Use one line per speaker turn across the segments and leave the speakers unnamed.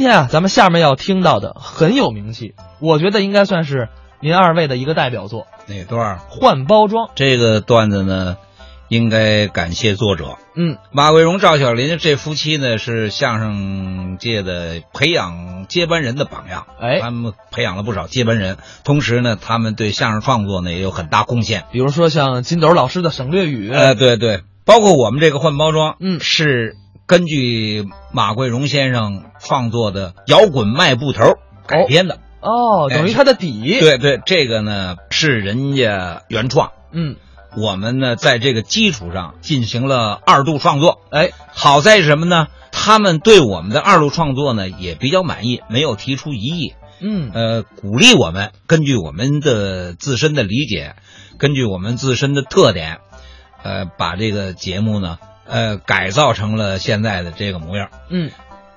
今天啊，咱们下面要听到的很有名气，我觉得应该算是您二位的一个代表作
哪段儿
——？换包装。
这个段子呢，应该感谢作者
嗯，
马桂荣、赵小林这夫妻呢，是相声界的培养接班人的榜样。
哎
他们培养了不少接班人，同时呢，他们对相声创作呢也有很大贡献。
比如说像金斗老师的省略语，
呃，对对，包括我们这个换包装，
嗯
是根据马桂荣先生创作的摇滚迈步头改编的。
哦，等于它的底。，
对对，这个呢是人家原创。
嗯，
我们呢在这个基础上进行了二度创作。
哎，
好在是什么呢？他们对我们的二度创作呢也比较满意，没有提出异议，
嗯，
呃，鼓励我们根据我们的自身的理解，根据我们自身的特点，呃，把这个节目呢，呃，改造成了现在的这个模样。
嗯，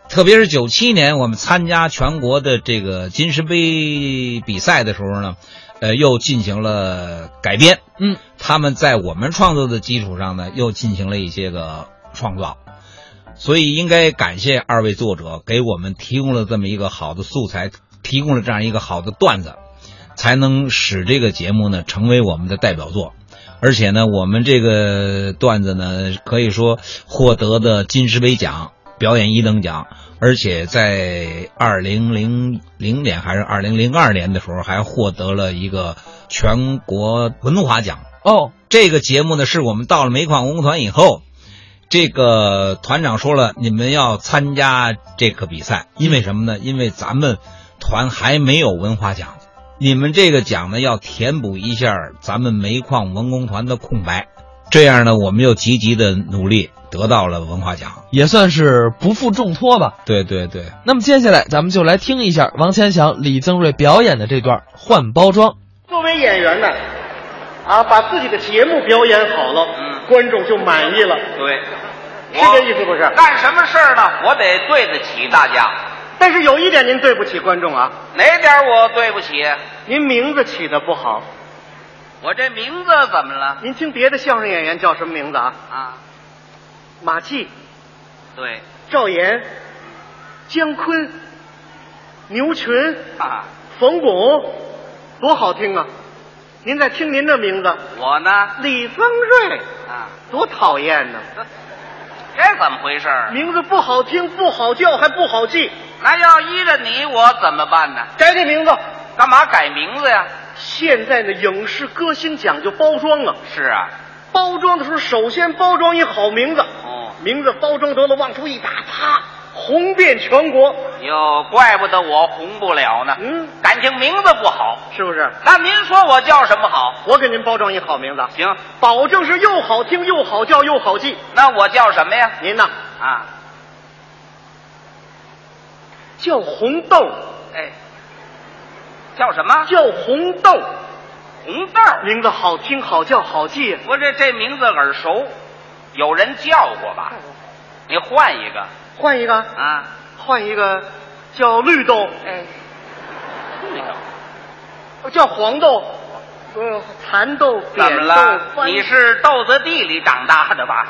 特别是九七年我们参加全国的这个金石杯比赛的时候呢，呃，又进行了改编。
嗯，
他们在我们创作的基础上呢，又进行了一些个创造。所以应该感谢二位作者给我们提供了这么一个好的素材，提供了这样一个好的段子，才能使这个节目呢成为我们的代表作。而且呢，我们这个段子呢，可以说获得的金石杯奖、表演一等奖，而且在二零零零年还是二零零二年的时候，还获得了一个全国文化奖。
哦，
这个节目呢，是我们到了煤矿文工团以后，这个团长说了，你们要参加这个比赛，因为什么呢？因为咱们团还没有文化奖，你们这个奖呢要填补一下咱们煤矿文工团的空白。这样呢，我们又积极的努力，得到了文化奖。
也算是不负重托吧。
对对对，
那么接下来咱们就来听一下王千祥、李增瑞表演的这段换包装。
作为演员呢，啊，把自己的节目表演好了，
嗯
观众就满意了。
对，
是
我
这意思不是
干什么事儿呢？我得对得起大家。
但是有一点您对不起观众啊，
哪点儿我对不起？
您名字起的不好。
我这名字怎么了？
您听别的相声演员叫什么名字啊？
啊，
马季、
对，
赵岩、姜昆、牛群、
啊，
冯巩，多好听啊！您再听您的名字，
我呢？
李增瑞，
啊，
多讨厌呢、
这怎么回事儿？
名字不好听，不好叫，还不好记。
那要依着你，我怎么办呢？
改改名字。
干嘛改名字呀？
现在的影视歌星讲究包装啊，
是啊，
包装的时候，首先包装一好名字，
哦，
名字包装得了，往出一打，啪，红遍全国。
哟，怪不得我红不了呢。
嗯，
感情名字不好。
是不是？
那您说我叫什么好？
我给您包装一好名字，
行，
保证是又好听又好叫又好记。
那我叫什么呀？
您呐，
啊，
叫红豆，
哎，叫什么？
叫红豆，
红豆儿。
名字好听好叫好记。
我这这名字耳熟，有人叫过吧？你换一个
换一个，
啊！
换一个，叫绿豆，
哎，
啊叫黄豆，呃，蚕豆，
怎么
扁豆
了？
番
你是豆子地里长大的吧？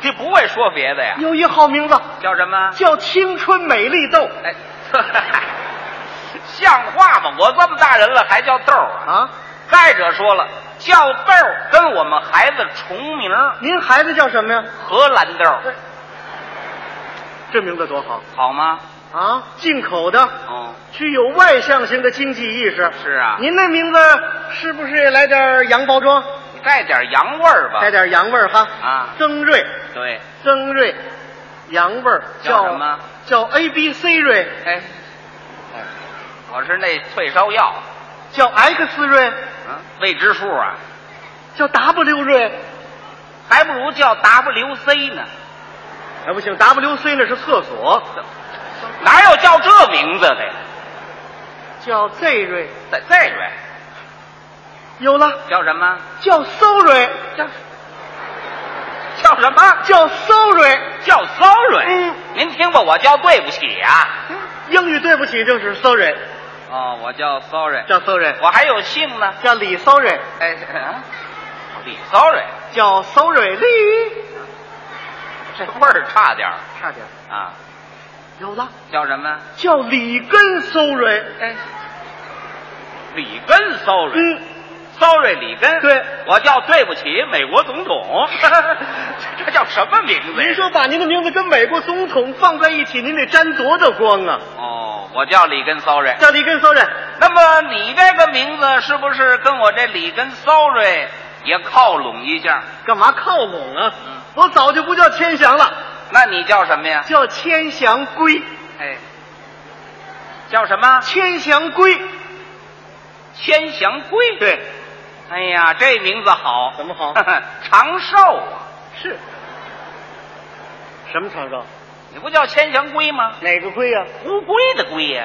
这不会说别的呀？
有一好名字。
叫什么？
叫青春美丽豆
哎， 像话吗？我这么大人了还叫豆儿啊？
啊！
再者说了，叫豆儿跟我们孩子重名儿，
您孩子叫什么呀？
荷兰豆儿
这名字多好
好吗？
啊！进口的，
哦，
具有外向型的经济意识。
是啊，
您那名字是不是也来点洋包装，
你带点洋味儿吧
带。点洋味儿哈？
啊
增瑞，
对，
增瑞，洋味儿
叫什么？
叫 A B C 瑞，
哎，哎我是那退烧药，啊
叫 X 瑞，
嗯，未知数啊，
叫 W 瑞。
还不如叫 WC 呢，
哎，不行，W C 那是厕所，
哪有叫这名字的呀？
叫 Z 瑞。
在这位
有了，
叫什么？
叫 So 瑞，
叫叫什么？
叫 So 瑞。
叫 sorry。
嗯
您听过我叫对不起啊？
英语对不起就是 sorry，
哦，我叫 sorry，
叫 sorry，
我还有姓呢。
叫李 sorry，
哎，啊李 sorry，
叫 sorry 李，
这味儿差点儿
差点
啊。
有了，
叫什么？
叫里根 sorry。
哎，里根 sorry，
嗯
，sorry 里根，
对
我叫对不起美国总统， 这这叫什么名字呀？
您说把您的名字跟美国总统放在一起，您得沾多大光啊！
哦，我叫里根 sorry。
叫里根 sorry，
那么你这个名字是不是跟我这里根 sorry 也靠拢一下？
干嘛靠拢啊
嗯？
我早就不叫千祥了，
那你叫什么呀？
叫千祥龟。
哎，叫什么？
千祥龟，
千祥龟。，
对，
哎呀，这名字好，
怎么好
长寿啊！
啊是。什么长寿？
你不叫千祥龟吗？
哪个啊龟呀、
乌龟的龟呀、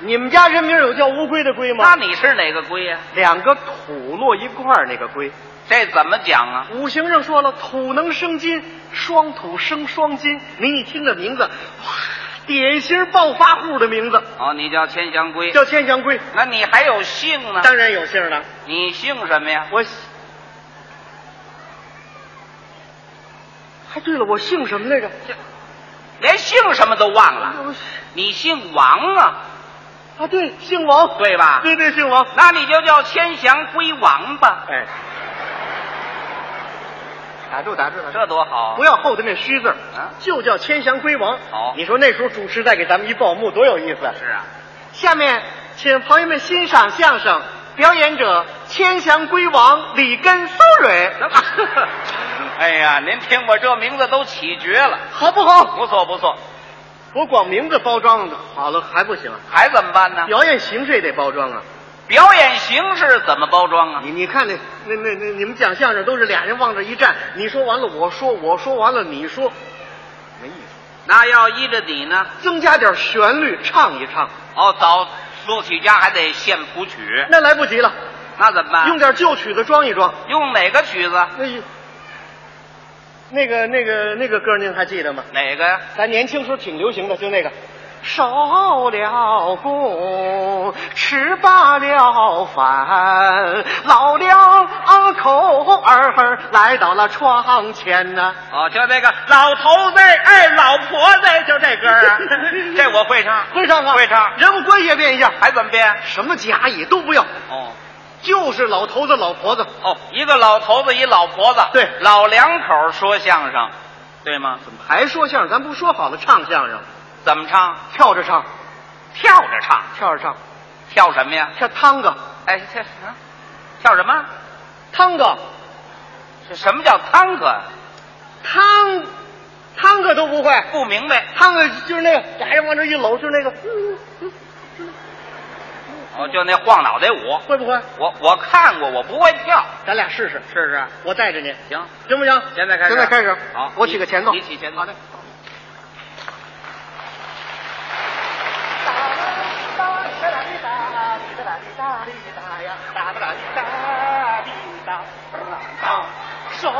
你们家人名有叫乌龟的龟吗？
那你是哪个龟呀、
两个土摞一块儿那个龟。
这怎么讲啊？
五行上说了，土能生金，双土生双金。您一听这名字，哇，典型暴发户的名字，
哦，你叫千祥龟。
叫千祥龟。
那你还有姓呢？
当然有姓了，
你姓什么呀？
我。还对了，我姓什么来着？
连姓什么都忘了。
我
你姓王啊，
啊，对，姓王，
对吧？
对对，姓王。
那你就叫千祥龟王吧，
哎，打住打住打住，
这多好啊！
不要后头那虚字儿
啊
就叫千祥归王。
好
你说那时候主持再给咱们一报幕，多有意思！
是啊，
下面请朋友们欣赏相声，表演者千祥归王李根搜蕊，
那哎呀，您听我这名字都起绝了，
好不好？
不错不错，
我光名字包装的，好了还不行啊，
还怎么办呢？
表演形式也得包装啊。
表演形式怎么包装啊？
你你看那那那那你们讲相声都是俩人往这一站，你说完了我说，我说完了你说，没意思。
那要依着你呢？
增加点旋律唱一唱，
哦，找作曲家还得献谱曲，
那来不及了，
那怎么办？
用点旧曲子装一装。
用哪个曲子？
那一那个那个那个歌您还记得吗？
哪个呀？
咱年轻时候挺流行的，就那个。守了宫，吃罢了饭，老两口儿来到了窗前呐、，
哦，就那个老头子哎，老婆子，就这歌啊 这我会唱，
会唱啊，
会唱
人物关系也变一下，
还怎么编？
什么甲乙都不要，
哦。
就是老头子老婆子。
哦，一个老头子，一老婆子，
对
老两口说相声，对吗？怎么
还说相声，咱不说好了唱相声，
怎么唱？
跳着唱，
跳着唱，
跳着唱，
跳什么呀？
跳探戈，
哎，这啊，跳什么？
探戈，
这什么叫探戈？
探探戈都不会。
不明白。
探戈就是那个俩人往这一搂，就是那个，
哦，就那晃脑袋舞，
会不会？
我我看过，我不会跳，
咱俩试试，
是不是？
我带着你，
行，
行不行？
现在开始，
现在开始。
好，
我
你
起个前奏
你。起前奏。好的。
受了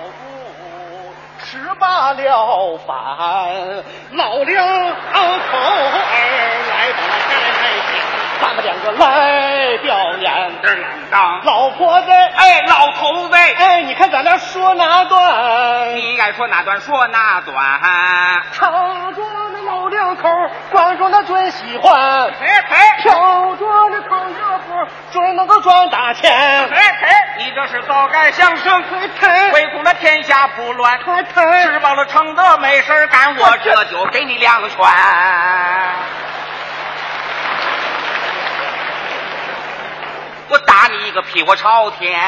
苦，吃罢了饭，老两口儿来把来，咱们两个来表演。
当，
老婆子，
哎，老头子，
哎，你看咱俩说哪段？
你爱说哪段说
哎
哪段。
唱着那老两口儿，观众他准喜欢。
哎哎
挑着那胖热乎，准能够赚大钱。
哎哎，你这是高杆相声， 唯恐那天下不乱。
快抬
吃饱了撑的没事儿干，我这就给你两拳。我打你一个屁股朝天！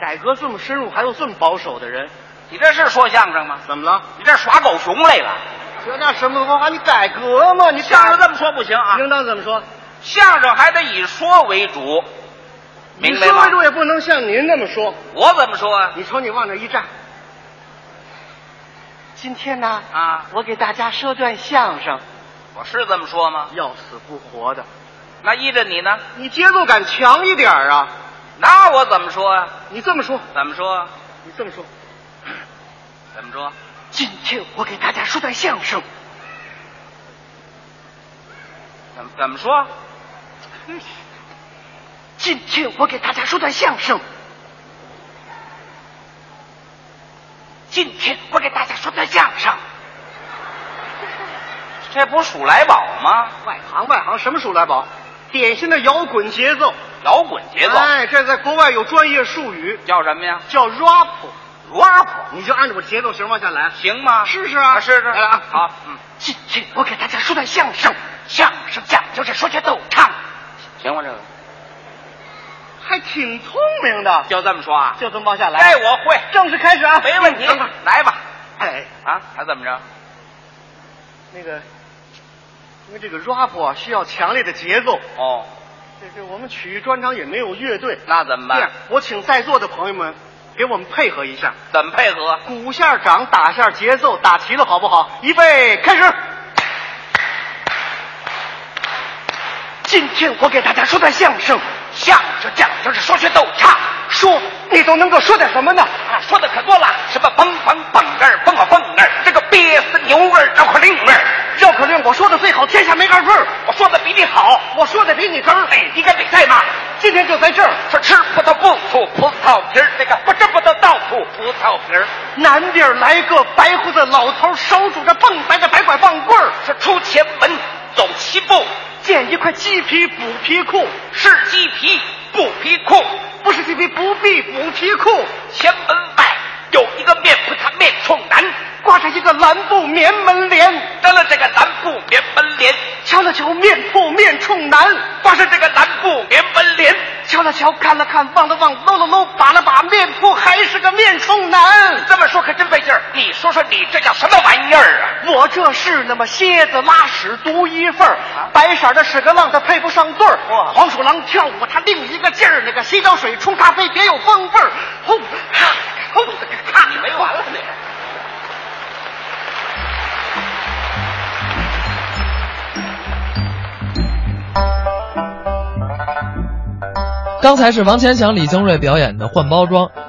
改革这么深入，还有这么保守的人，
你这是说相声吗？
怎么了？
你这耍狗熊来了！
这那什么话？你改革嘛？你
相声这么说不行啊，
应当怎么说？
相声还得以说为主，明白
你说
吗
为？主也不能像您那么说。
我怎么说啊？
你瞅你往那一站，今天呢，
啊，
我给大家说段相声，
我是这么说吗？
要死不活的。
那依着你呢？
你节奏感强一点儿啊！
那我怎么说啊？
你这么说，
怎么说啊？
你这么说，
怎么说？
今天我给大家说段相声。
怎么怎么说？
今天我给大家说段相声。
今天我给大家说段相声，这不数来宝吗？
外行外行，什么数来宝？典型的摇滚节奏。
摇滚节奏、
哎，这在国外有专业术语
叫什么呀
叫 rap，
？rap
你就按照我节奏型往下来。
行吗？
试试啊
试试
来了啊
好，嗯，
今天我给大家说段相声，相声讲究这说学逗唱，
行吗？这个
还挺聪明的，
就这么说啊？
就这么往下来。
这我会，
正式开始啊，
没问题
等等，
来吧。
哎，
啊，还怎么着？
那个，因为这个 rap 啊需要强烈的节奏，
哦，
这这我们曲艺专场也没有乐队，
那怎么
这样
办？
我请在座的朋友们给我们配合一下，
怎么配合？
鼓下掌，打下节奏，打齐了好不好？预备，开始。今天我给大家说段相声，
相声讲究是说学逗唱，
说你都能够说点什么呢？
啊，说的可多了，什么蹦蹦蹦这儿，蹦啊蹦那儿，这个憋死牛儿，绕口令儿，
绕口令我说的最好，天下没二分。
我说的比你好，
我说的比你根儿。
哎，你该比赛嘛。
今天就在这儿，
说吃葡萄不吐葡萄皮儿，这个不吃葡萄倒吐葡萄皮儿。
南边来个白胡子老头，手拄着蹦白的白拐棒棍儿，
是出前门走七步，
见一块鸡皮补皮裤，
是鸡皮不皮裤。
不是鸡皮不必补皮裤，
前门外有一个面铺，他面冲南，
挂着一个蓝布棉门帘，
得了这个蓝布棉门帘，
瞧了瞧面铺面冲南，
光是这个蓝布棉门帘，
瞧了瞧看了看望了望搂了搂把了把面铺还是个面冲南，
这么说可真费劲儿。你说说你这叫什么玩意儿啊？
我这是那么蝎子拉屎独一份儿，白色的屎壳郎它配不上对儿，
哇
黄鼠狼跳舞它另一个劲儿，那个洗脚水冲咖啡别有风味儿，轰咔轰咔，
你没完了你！
刚才是王千祥、李增瑞表演的换包装，